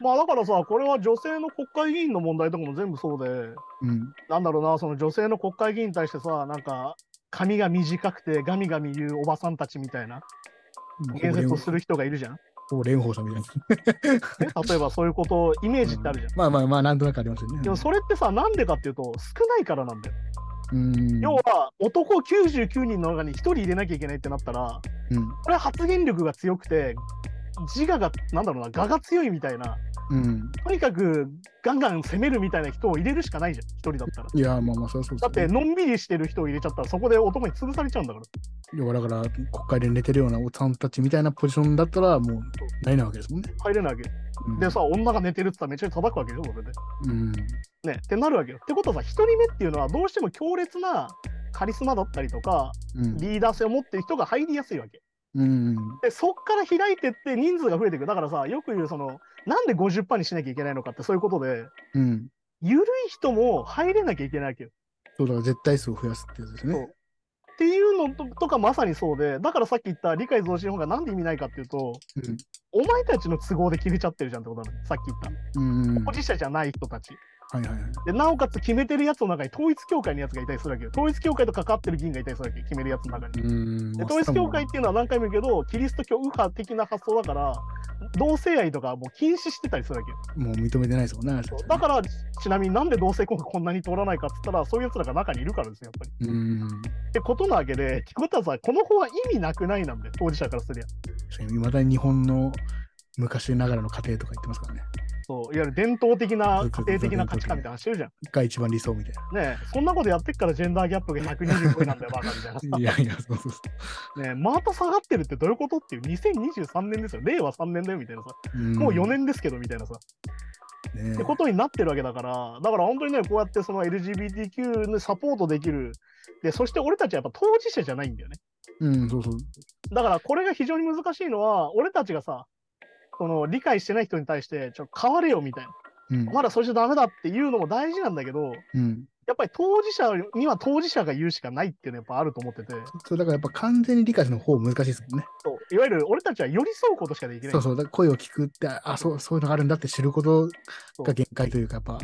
まあだからさこれは女性の国会議員の問題とかも全部そうでうん。なんだろうなその女性の国会議員に対してさなんか髪が短くてガミガミ言うおばさんたちみたいな言説をする人がいるじゃん、 <laughs> ね、ほうれんほうさんみたいな。 <laughs> 例えばそういうことイメージってあるじゃん、まあまあまあ、なんとなくありますよね。でもそれってさなんでかっていうと少ないからなんだよ、うん。要は男99人の中に1人入れなきゃいけないってなったらうん。これは発言力が強くて自我がなんだろうな我が強いみたいなうん。とにかくガンガン攻めるみたいな人を入れるしかないじゃん一人だったら。いや、まあまあ、そりゃそうですだよってねのんびりしてる人を入れちゃったらそこで男に潰されちゃうんだから。要はだから、国会で寝てるようなおっさんたちみたいなポジションだったら、もう、ないなわけですもんね。入れないわけよ。うんでさ女が寝てるって言ったらめちゃめちゃ叩くわけよそれで。うん。ねってなるわけよ。ってことはさ1人目っていうのはどうしても強烈なカリスマだったりとかうん。リーダー性を持ってる人が入りやすいわけ。うん。でそっから開いてって人数が増えていく。だからさよく言うそのなんで50%にしなきゃいけないのかってそういうことで。うん。緩い人も入れなきゃいけないわけよ。そうだから絶対数を増やすってやつですそうね。っていうのととかまさにそうでだからさっき言った理解増進法がなんで意味ないかっていうとうんお前たちの都合で決めちゃってるじゃんってことなのさっき言ったうんう当ん。は事者じゃない人たちいはいはい。でなおかつ決めてるやつの中に統一教会のやつがいたりするわけよ統一教会と関わってる議員がいたりするわけよ決めるやつの中にうん。で統一教会っまていうのは何回も言うけどキリスト教右派的な発想だから同性愛とかもう禁止してたりするわけよあもう認めてないですもんね。あれですねだからちなみになんで同性婚がこんなに通らないかっつったらそういうやつらが中にいるからですねやっぱりうん。ってことなわけで、ってことはさ、この法は意味なくないなんで、当事者からすりゃ。いまだに日本の昔ながらの家庭とか言ってますからね。そう、いわゆる伝統的な、家庭的な価値観みたいな話してるじゃん。が一番理想みたいねえ、そんなことやってっからジェンダーギャップが125位なんだよ、バカみたいな <laughs> な。いやいや、そうそうそさ。ねえ、また下がってるってどういうことっていう、2023年ですよ、令和3年だよみたいなさ、う。もう4ね。年ですけどみたいなさ、ってねことになってるわけだから、だから本当にね、こうやってその LGBTQ のサポートできる、で、そして俺たちはやっぱ当事者じゃないんだよね。うん、そうそう。だからこれが非常に難しいのは、俺たちがさ、その理解してない人に対して、ちょっと変われよみたいな、うん。まだそれじゃダメだっていうのも大事なんだけど、うん。やっぱり当事者には当事者が言うしかないっていうのはやっぱあると思ってて、そう、だからやっぱ完全に理解するの方難しいですもんね。そういわゆる俺たちは寄り添うことしかできないそう。そう、だから声を聞くって、あ、そう、そういうのがあるんだって知ることが限界というか、やっぱ、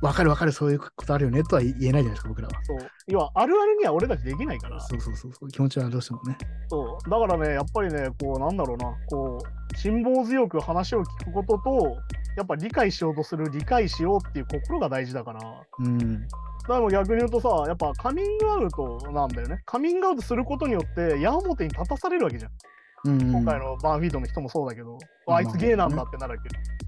わかるわかる、そういうことあるよねとは言えないじゃないですか、僕らは。そう要はあるあるには俺たちできないからそうそうそうそう、気持ちはどうしてもね。そうだからねやっぱりねこうなんだろうなこう辛抱強く話を聞くこととやっぱ理解しようとする理解しようっていう心が大事だからだかうん。らもう逆に言うとさやっぱカミングアウトなんだよねカミングアウトすることによって矢面に立たされるわけじゃん、うん、今回のバーンフィードの人もそうだけど、まああいつゲイなんだってなるわ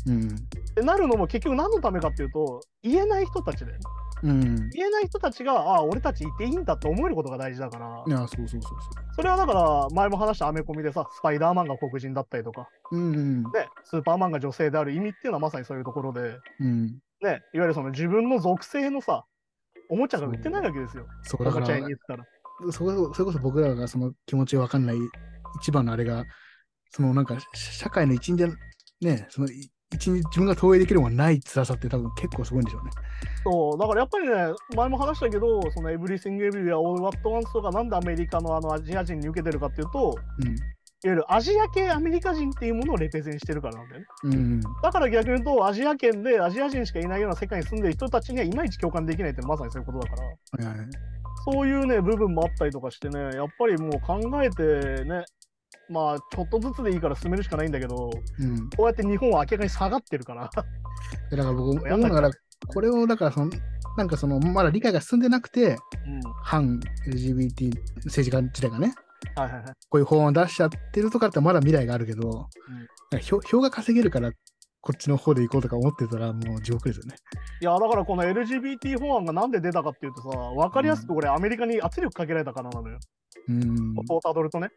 け、うっん。てなるのも結局何のためかっていうと言えない人たちだよねうん。言えない人たちがああ俺たちいていいんだって思えることが大事だからいや、そうそうそうそそれはだから前も話したアメコミでさスパイダーマンが黒人だったりとか、う。うんうん。ね、スーパーマンが女性である意味っていうのはまさにそういうところで、ね、うん。いわゆるその自分の属性のさおもちゃが売ってないわけですよ。そう、おだかもら、ちゃ屋にそ言ったら。そそれこそ僕らがその気持ちわかんない一番のあれが、そのなんか、社社会の一員じゃ、ね、そのい一員に自分が投影できるものがない辛さって多分結構すごいんでしょうね。そうだからやっぱりね前も話したけどそのエブリシング・エブリア・オール・ワット・ワンスとかなんでアメリカのあのアジア人に受けてるかっていうといわゆるアジア系アメリカ人っていうものをレペゼンしてるからなんだよね。うん。うん。だから逆に言うとアジア圏でアジア人しかいないような世界に住んでる人たちにはいまいち共感できないってまさにそういうことだから。はいはい。そういうね、部分もあったりとかしてね、やっぱりもう考えてね、まあ、ちょっとずつでいいから進めるしかないんだけど、こうん。うやって日本は明らかに下がってるから。だから僕、や思んなうきゃのが、これを、だからその、なんかその、まだ理解が進んでなくて、うん。反 LGBT 政治家自体がね、はいはいはい。こういう法案を出しちゃってるとかだってまだ未来があるけど、うんなんか票票が稼げるから、こっちの方で行こうとか思ってたら、もう地獄ですよね。いや、だからこの LGBT 法案がなんで出たかっていうとさ、わかりやすくこれ、アメリカに圧力かけられたからなのよ。うん。こうたどるとね。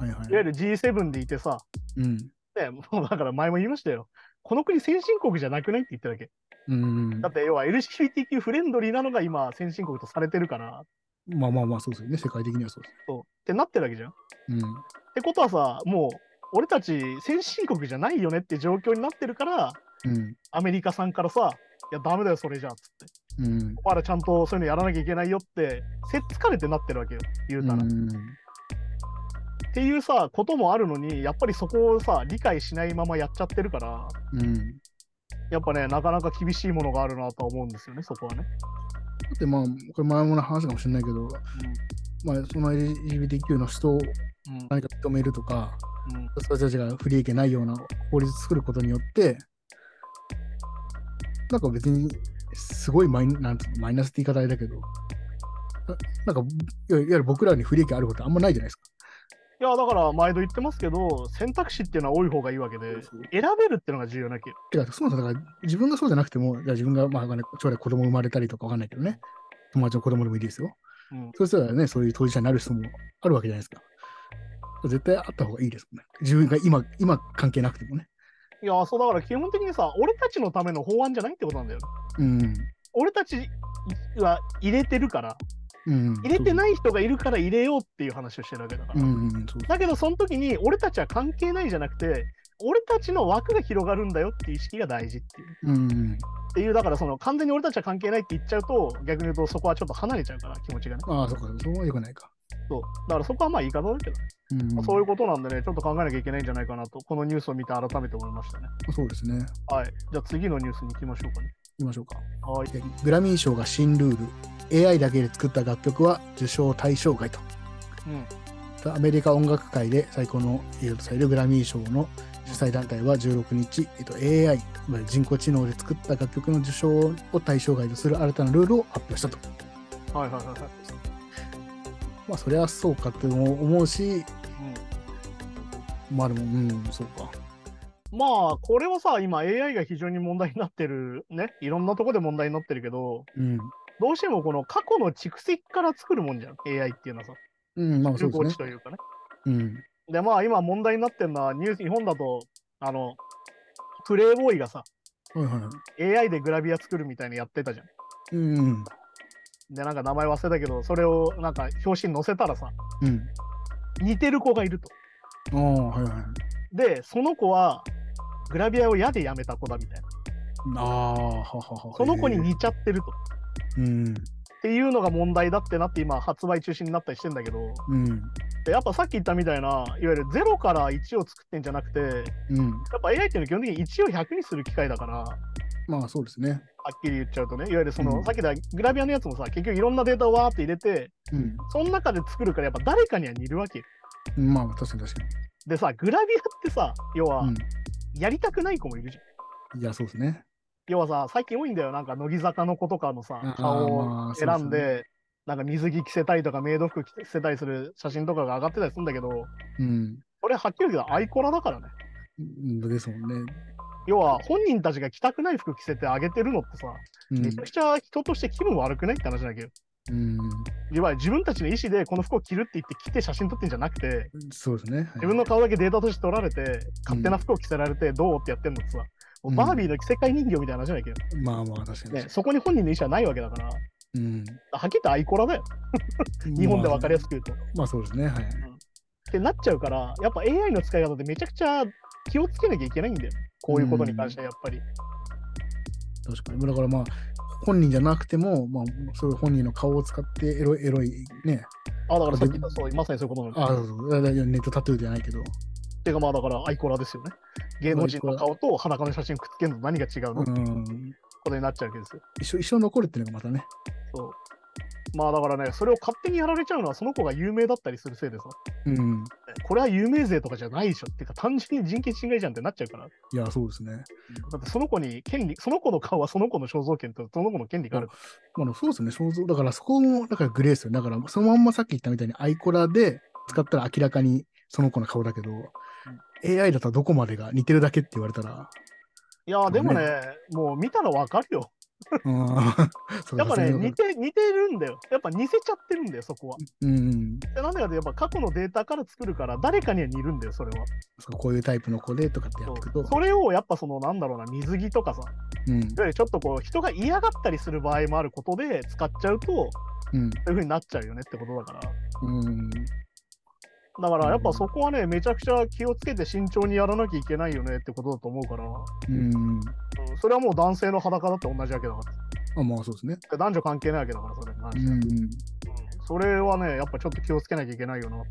はいはいいわゆる G7 でいてさ、うん。ね、もうだから前も言いましたよ。この国先進国じゃなくないって言っただけ。うん。だって要は LGBTQ フレンドリーなのが今先進国とされてるから、まあまあまあ、そうですよね。世界的にはそうでそうってなってるわけじゃん。す。うん。ってことはさもう俺たち先進国じゃないよねって状況になってるからうん。アメリカさんからさ「いやダメだよそれじゃ」っつってうん。お前らちゃんとそういうのやらなきゃいけないよってせっつかれてなってるわけよ言うたら、っうんていうさこともあるのにやっぱりそこをさ理解しないままやっちゃってるからうん。やっぱねなかなか厳しいものがあるなとは思うんですよねそこはね、だってまあ、これ前もの話かもしれないけど、まあ、その LGBTQ の人をうんうん何か認めるとか、うん私たちが不利益ないような法律を作ることによって、なんか別にすごいマイなんていうのマイナスって言い方あれだけど、ななんかいわいわゆる僕らに不利益あることあんまないじゃないですか。いやだから毎度言ってますけど選択肢っていうのは多い方がいいわけで選べるってのが重要なわけよてか、そもそもだから自分がそうじゃなくても、じゃあ自分が、まあわかんない、将来子供生まれたりとかわかんないけどね、友達の子供でもいいですよ。うんそうしたらね、そういう当事者になる人もあるわけじゃないですか。絶対あった方がいいですもんね。自分が今、今関係なくてもね。いやそうだから基本的にさ俺たちのための法案じゃないってことなんだよねうん。俺たちは入れてるからうん、入れていない人がいるから入れようっていう話をしてるわけだから、うん、うん、そうだけどその時に俺たちは関係ないじゃなくて俺たちの枠が広がるんだよっていう意識が大事っていううん。っていうだからその完全に俺たちは関係ないって言っちゃうと逆に言うとそこはちょっと離れちゃうから気持ちがねああ、そうか、そうはよくないか。そうだからそこはまあ言い方だけど、うんそういうことなんでねちょっと考えなきゃいけないんじゃないかなとこのニュースを見て改めて思いましたねそうですね。はいじゃあ次のニュースに行きましょうかね行きましょうか。はいでグラミー賞が新ルール。AI だけで作った楽曲は受賞対象外と。うんアメリカ音楽界で最高の栄誉とされるグラミー賞の主催団体は16日、えっと、AI、つまり人工知能で作った楽曲の受賞を対象外とする新たなルールを発表したと。はいはいはいはいまあ、そりゃそうかって思うし、うんまあでも、うん、そうか。まあこれはさ今 AI が非常に問題になってるねいろんなとこで問題になってるけどうん。どうしてもこの過去の蓄積から作るもんじゃん AI っていうのはさうん、まあそ中う古です値といね。うかねうん。でまあ今問題になってるのはニュース日本だとあのプレイボーイがさはいはいはい。 AI でグラビア作るみたいにやってたじゃんうん。うん。でなんか名前忘れたけどそれをなんか表紙に載せたらさうん似てる子がいるとああ、はいはい。でその子はグラビアを嫌でやめた子だみたいな。ああ、ははは。その子にへえ似ちゃってると。うん。っていうのが問題だってなって今発売中止になったりしてんだけどうん。でやっぱさっき言ったみたいないわゆる0から1を作ってんじゃなくてうん。やっぱ AI っていうのは基本的に1を100にする機械だからはまあそうですね。っきり言っちゃうとねいわゆるその、うんさっき言ったグラビアのやつもさ結局いろんなデータをわーって入れてうん。その中で作るからやっぱ誰かには似るわけよまあ確かに確かでさグラビアってさ要はに。うん。やりたくない子もいるじゃん、いや、そうですね。要はさ最近多いんだよなんか乃木坂の子とかのあさー顔まをあ選んで,、そうなんか水着着せたりとかメイド服着せたりする写真とかが上がってたりするんだけどうん。これはっきり言うけどアイコラだからね。うんですもんね。要は本人たちが着たくない服着せてあげてるのってさ、うめちゃくちゃ人として気分悪くないって話だけど、ん。いわゆる自分たちの意思でこの服を着るって言って着て写真撮ってんじゃなくて、うん。そうですね。はい自分の顔だけデータとして撮られて、勝手な服を着せられてどうってやってんのってさ、もううんバービーの着せ替え人形みたいな話じゃないけど、まあまあ確かに。ね、そこに本人の意思はないわけだから、はうん。っきり言ってアイコラだよ、日本で分かりやすく言うと。っまあそうですね。はい。てなっちゃうから、やっぱ AI の使い方ってめちゃくちゃ気をつけなきゃいけないんだよ、こういうことに関してはやっぱり。確かに。だからまあ、本人じゃなくても、まあ、そういう本人の顔を使ってエロい、エロいね。あ、だからさっき言った、そう、まさにそういうことなの。ああ、そうそう。だだネットタトゥーじゃないけど。てかまあだからアイコラですよね。芸能人の顔と裸の写真くっつけるのと何が違うの、うってん。ことになっちゃうわけですよ。一生、一生残るっていうのがまたね。そう。まあだからね、それを勝手にやられちゃうのはその子が有名だったりするせいでさ、うん。これは有名税とかじゃないでしょっていうか単純に人権侵害じゃんってなっちゃうから、いや、そうですね。だってその子に権利、その子の顔はその子の肖像権とその子の権利がある。まあ、そうですね。想像。だからそこも、だからグレーですよ。だからそのまんまさっき言ったみたいにアイコラで使ったら明らかにその子の顔だけど、AI だったらどこまでが似てるだけって言われたら、いやーでもね、もう見たらわかるよ。うん。 <laughs> そうやっぱね、そう似て、似てるんだよ。やっぱ似せちゃってるんだよ、そこは。うん。でなんでかってやっぱ過去のデータから作るから誰かには似るんだよ、それは。そうこういうタイプの子でとかってやっていくそうと、それをやっぱそのなんだろうな水着とかさいわうん。ゆるちょっとこう人が嫌がったりする場合もあることで使っちゃうとそううん。いう風になっちゃうよねってことだからうん。だからやっぱそこはねめちゃくちゃ気をつけて慎重にやらなきゃいけないよねってことだと思うから、うん。うん、それはもう男性の裸だって同じわけだかあまあ、そうですね。ら男女関係ないわけだからそれに関うしてん。うんそれはねやっぱちょっと気をつけなきゃいけないよなって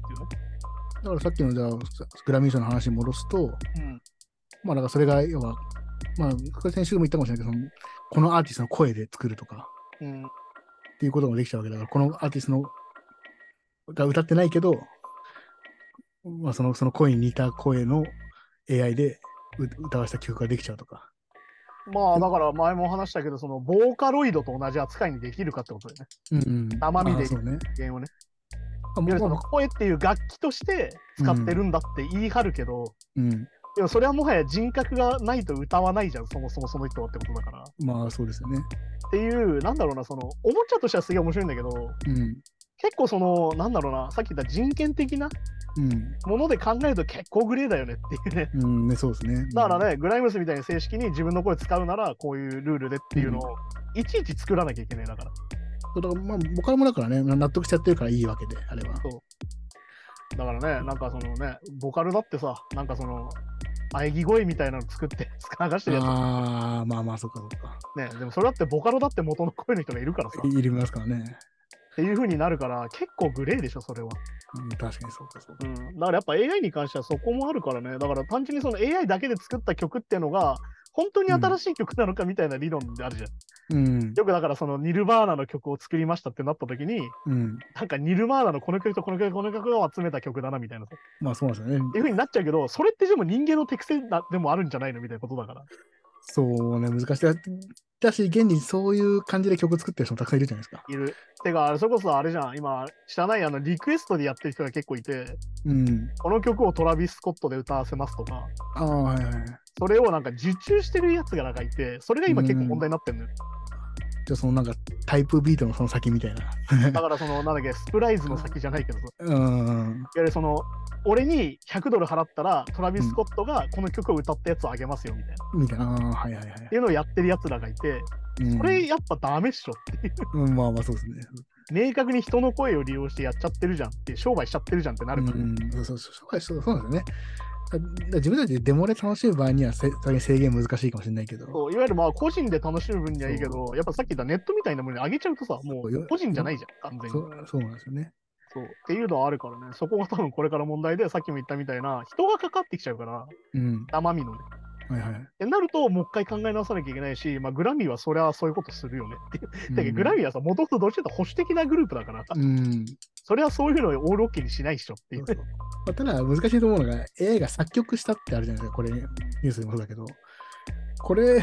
だからさっきの、じゃあ、グラミー賞の話に戻すと、いうね、まあ、だからそれが、要は、まあ、これ先週も言ったかもしれないけど、そのこのアーティストの声で作るとか、うんうん、っていうこともできちゃうわけだから、このアーティストのが歌ってないけど、まあ、そのその声に似た声の AI でう歌わせた曲ができちゃうとか。まあだから前も話したけどそのボーカロイドと同じ扱いにできるかってことだよねうん、生身であそうね。原因をねあいわゆるそのも声っていう楽器として使ってるんだって言い張るけど、う、うん、でもそれはもはや人格がないと歌わないじゃんそもそもその人はってことだから。っまあそうですよね。ていうなんだろうなそのおもちゃとしてはすげえ面白いんだけどうん。結構そのなんだろうなさっき言った人権的なもので考えると結構グレーだよねっていうね。うん。うん、ね、そうですね。だからね、グライムスみたいに正式に自分の声使うならこういうルールでっていうのをいちいち作らなきゃいけないだから。うん。だからまあ、僕からもだからね、納得しちゃってるからいいわけで、あれは。だからね、なんかそのね、ボカルだってさ、なんかその、喘ぎ声みたいなの作って、流してるやつああ、まあまあ、そうかそうか。ね、でもそれだってボカロだって元の声の人がいるからさ、っいいりますからね。ていう風になるから、結構グレーでしょ、それは。うん、確かにそうかそううか。ん、だからやっぱ AI に関してはそこもあるからね、だから単純にその AI だけで作った曲っていうのが、本当に新しい曲なのかみたいな理論であるじゃん。うん。よくだからそのニルバーナの曲を作りましたってなった時に、うん。なんかニルバーナのこの曲とこの曲とこの曲を集めた曲だなみたいなさ、っまあそうなんですよね。ていう風になっちゃうけど、それってでも人間の適性なでもあるんじゃないのみたいなことだから。そうね、難しい。だだし、現にそういう感じで曲作ってる人もたくさんいるじゃないですか。いる。てか、それこそあれじゃん、今、知らないあのリクエストでやってる人が結構いて、うん。この曲をトラビス・スコットで歌わせますとか、ああ、はいはい。じゃそれをなんか受注してるやつがなんかいて、それが今結構問題になってるのよ。あそのなんかタイプビートのその先みたいな。だからその、なんだっけ、スプライズの先じゃないけどさ、いわうん。ゆるその、俺に100ドル払ったら、トラビス・スコットがこの曲を歌ったやつをあげますよみたいな、っみたいな。ああ、はいはいはいて。いうのをやってるやつらがいて、うんこれやっぱダメっしょっていう、うん、まあまあそうですね。明確に人の声を利用してやっちゃってるじゃんって、商売しちゃってるじゃんってなあるから、うん、そうそうそうそうそうなんですよね。だから自分たちでデモで楽しむ場合にはせさすがに制限難しいかもしれないけど、そういわゆるまあ個人で楽しむ分にはいいけど、やっぱさっき言ったネットみたいなものに上げちゃうとさ、もそうよう個人じゃないじゃん、完全に。そうそうなんですよね。そうっていうのはあるからね、そこが多分これから問題で、さっきも言ったみたいな、人がかかってきちゃうから、うん。生身のね。はいはい。ってなると、もう一回考え直さなきゃいけないし、まあ、グラミーはそりゃそういうことするよねっていう。だけど、グラミーはさ、もともとどっちかというと保守的なグループだから、うん。それはそういうのをオールオッケーにしないっしょっていそうう。そうまあただ難しいと思うのが AI が作曲したってあるじゃないですかこれニュースでもそうだけどこれを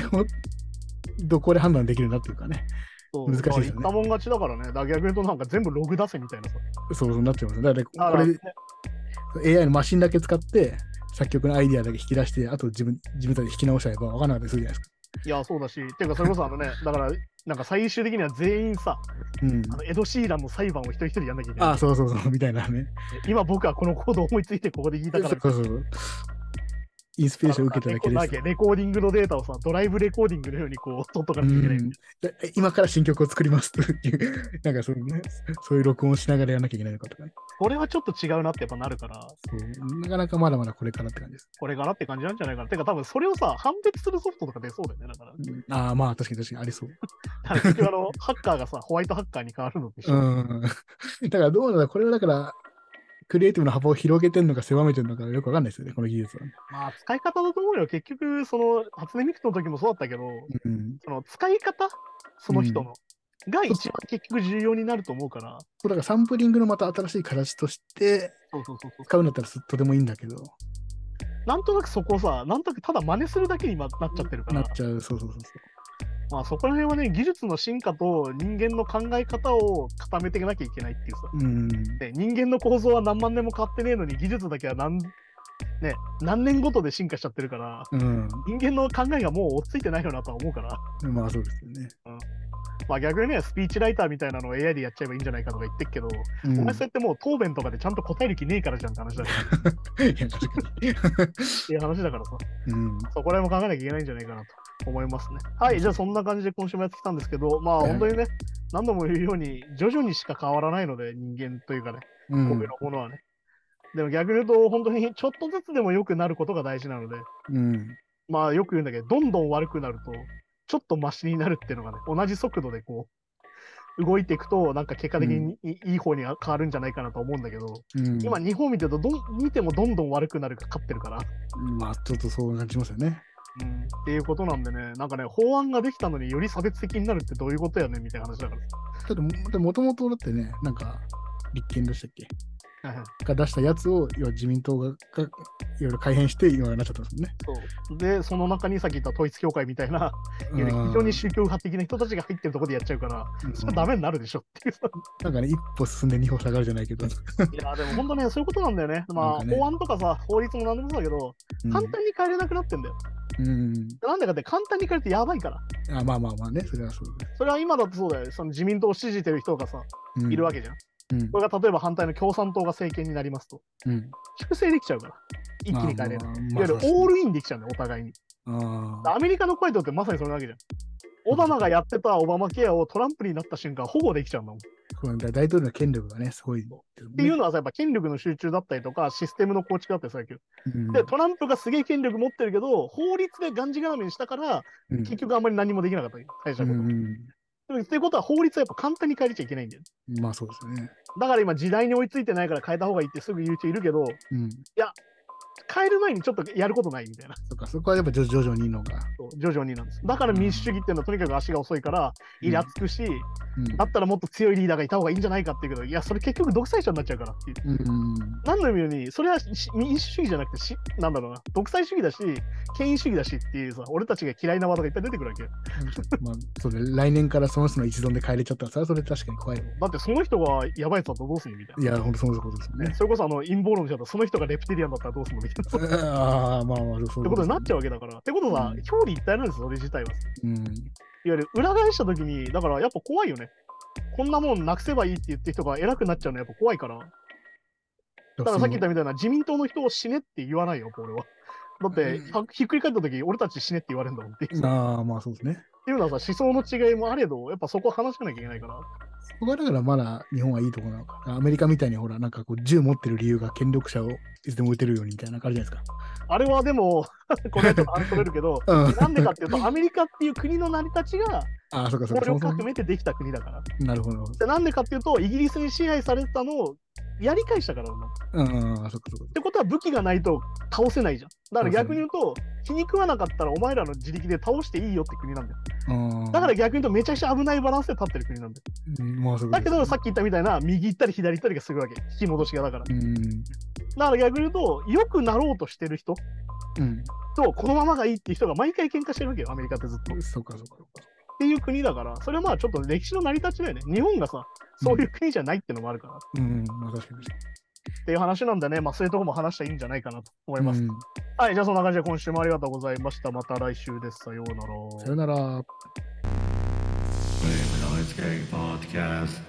<laughs> どこで判断できるんだっていうかねそう難しいですよねまあ言ったもん勝ちだからね、だから逆に言うとなんか全部ログ出せみたいなさ。そうそうなっちゃいますだからだこかられね、 AI のマシンだけ使って作曲のアイディアだけ引き出してあと自分自分たちで弾き直しちゃえば分からなかったりするじゃないですかいや、そうだし、っていうか、それこそあの <laughs> ね、だから、なんか最終的には全員さ、うんあのエド・シーランの裁判を一人一人やんなきゃいけないあ。そうそう <laughs> そうみたいなね今僕はこのコードを思いついてここで聞いそたうから。そうそうインスピレーションを受けただけあのなんでかレコーディングのデータをさ、ドライブレコーディングのようにこう、取っとかなきゃいけない。うんで今から新曲を作りますっていうなんかそう,、ね、そういう録音をしながらやらなきゃいけないのかとかねこれはちょっと違うなってやっぱなるから、そうなかなかまだまだこれからって感じです。これからって感じなんじゃないかな。てか多分それをさ、判別するソフトとか出そうだよね。だから、ああ、まあ確かに確かにありそう。だから結局あの、ハッカーがさ、ホワイトハッカーに変わるのと一う緒。ん。 <laughs> だからどうなんだこれはだから、クリエイティブの幅を広げてるのか狭めてるのかよくわかんないですよね、この技術は、ね。まあ、使い方だと思うよ。結局、その、初音ミクの時もそうだったけど、うん。その使い方、その人の、が一番結局重要になると思うから。そうだからサンプリングのまた新しい形としてそうそうそうそう。使うんだったらすとてもいいんだけど、なんとなくそこをさ、なんとなくただ真似するだけに今なっちゃってるかなっら、ちゃう、そうそうそうそまあそこら辺はね、技術の進化と人間の考え方を固めていかなきゃいけないっていうさ。う。うん。ね、人間の構造は何万年も変わってねえのに技術だけは何,、ね、何年ごとで進化しちゃってるからうん。人間の考えがもう追いついてないよなとは思うから、まあそうですよね。まあ、逆にねスピーチライターみたいなのを AI でやっちゃえばいいんじゃないかとか言ってっけど、うん、お前そうやってもう答弁とかでちゃんと答える気ねえからじゃんって話だからっいや、確か <laughs> に。ていう話だからさうん。そこら辺も考えなきゃいけないんじゃないかなと思いますねはいじゃあそんな感じで今週もやってきたんですけどまあはい本当にね、何度も言うように徐々にしか変わらないので人間というかねう米んの。ものはね、でも逆に言うと本当にちょっとずつでも良くなることが大事なのでうん。まあよく言うんだけど、どんどん悪くなると、ちょっとマシになるっていうのがね、同じ速度でこう、動いていくと、なんか結果的にい,、いい方に変わるんじゃないかなと思うんだけど、うん、今、日本見てるとどん、見てもどんどん悪くなるか勝ってるから、まあちょっとそう感じますよね。うん、っていうことなんでね、なんかね、法案ができたのにより差別的になるってどういうことやねんみたいな話だかだってもだってもともとだってね、なんか、立憲でしたっけら。はいはいが出したやつを要は自民党ががいろいろ改変して今になっちゃったんですもんね。そう <laughs> で、その中にさっき言った統一教会みたいな、いわゆるうん非常に宗教派的な人たちが入ってるところでやっちゃうから、うんそれはダメになるでしょっていうさなんかね、一歩進んで二歩下がるじゃないけど、いやでも本当ね、そういうことなんだよね。まなんあ、かね法案とかさ、法律も何でもそうだけど、うん簡単に変えれなくなってんだよ。うんなんでかって、簡単に変えるってやばいから。あ。まあまあまあね、それはそうです。それは今だとそうだよね。その自民党を支持してる人がさ、うんいるわけじゃん。うんこれが例えば反対の共産党が政権になりますと、うん、粛清できちゃうから、一気に変えれる。まあいまわあゆるオールインできちゃうんだよ、お互いに。まあアメリカの声とってまさにそれなわけじゃん。オバマがやってたオバマケアをトランプになった瞬間、保護できちゃうんだもん。っそうねだ大統領の権力がね、すごい、ってていうののはさ、やっぱ権力の集中だったりとか、システムの構築だったりするわけよで、トランプがすげえ権力持ってるけど、法律でがんじがらめにしたから、結局あんまり何もできなかったわけ大したうこと。んうんでもっていうことは法律はやっぱ簡単に変えれちゃいけないんだよ。うんまあそうですよね。だから今時代に追いついてないから変えた方がいいってすぐ言う人いるけど、うん、変える前にちょっとやることないみたいな。そっかそこはやっぱ徐々徐々にいいのが。そう徐々になんです。だから民主主義っていうのはとにかく足が遅いから、イラつくし、うんだったらもっと強いリーダーがいた方がいいんじゃないかっていうけど、いや、それ結局独裁者になっちゃうからっていう。うん何度も言うように、それはし民主主義じゃなくてし、なんだろうな、独裁主義だし、権威主義だしっていうさ、俺たちが嫌いなワードがいっぱい出てくるわけよ。まあ、それ来年からその人の一存で変えれちゃったらそれはそれ確かに怖いもん。だってその人がやばいやつだったらどうするみたいいや、ほんとそのことですよな。ねね、。それこそあの陰謀論者だったらその人がレプティリアンだったらどうするのみたいな。っああ、まあまあ、そうてことになっちゃゃうわけだから。ってことはうん、表裏一体なんですよ、それ自体は。いわう。うん。ゆる裏返したときに、だからやっぱ怖いよね。こんなもんなくせばいいって言ってる人が偉くなっちゃうのはやっぱ怖いから。だだからさっき言ったみたいな、自民党の人を死ねって言わないよ、俺は。 <laughs> だって、うんはひっくり返ったとき、俺たち死ねって言われるんだもんっていう。っああ、まあそうですね。ていうのはさ、思想の違いもあれど、やっぱそこ話しなきゃいけないから。こがだからまだ日本はいいとこなのかな。アメリカみたいにほら、なんかこう銃持ってる理由が権力者をいつでも撃てるようにみたいな感じじゃないですあれはでも、 <laughs> この後の話取れるけど、 <laughs> か。うん。なんでかっていうと、アメリカっていう国の成り立ちが、ああ、そうかそう暴か。力そもそ革も命でできた国だから。なるほど。でなんでかっていうと、イギリスに支配されてたのをやり返したからなの。っうんうんうん、そっかそっか。てことは武器がないと倒せないじゃん。だから逆に言うと、気に食わなかったらお前らの自力で倒していいよって国なんだよ。うんだから逆に言うと、めちゃくちゃ危ないバランスで立ってる国なんだよ。うんまあそういうことだけど、さっき。き言ったみたいな、右行ったり左行ったりがするわけ。引き戻しがだから。だうん。から逆に言うと、良くなろうとしてる人うと、このままがいいっていう人が毎回喧嘩してるわけよ、アメリカってずっと。ん。そうかそうかそうか。っていう国だから、それはまあちょっと歴史の成り立ちだよね。日本がさ、そういう国じゃないってのもあるから、っうん、まあ確かに。ていう話なんでね、まあそういうとこも話したらいいんじゃないかなと思います。うんはい、じゃあそんな感じで今週もありがとうございました。また来週です。さようならさよなら。 Flame and Ice Gang Podcast.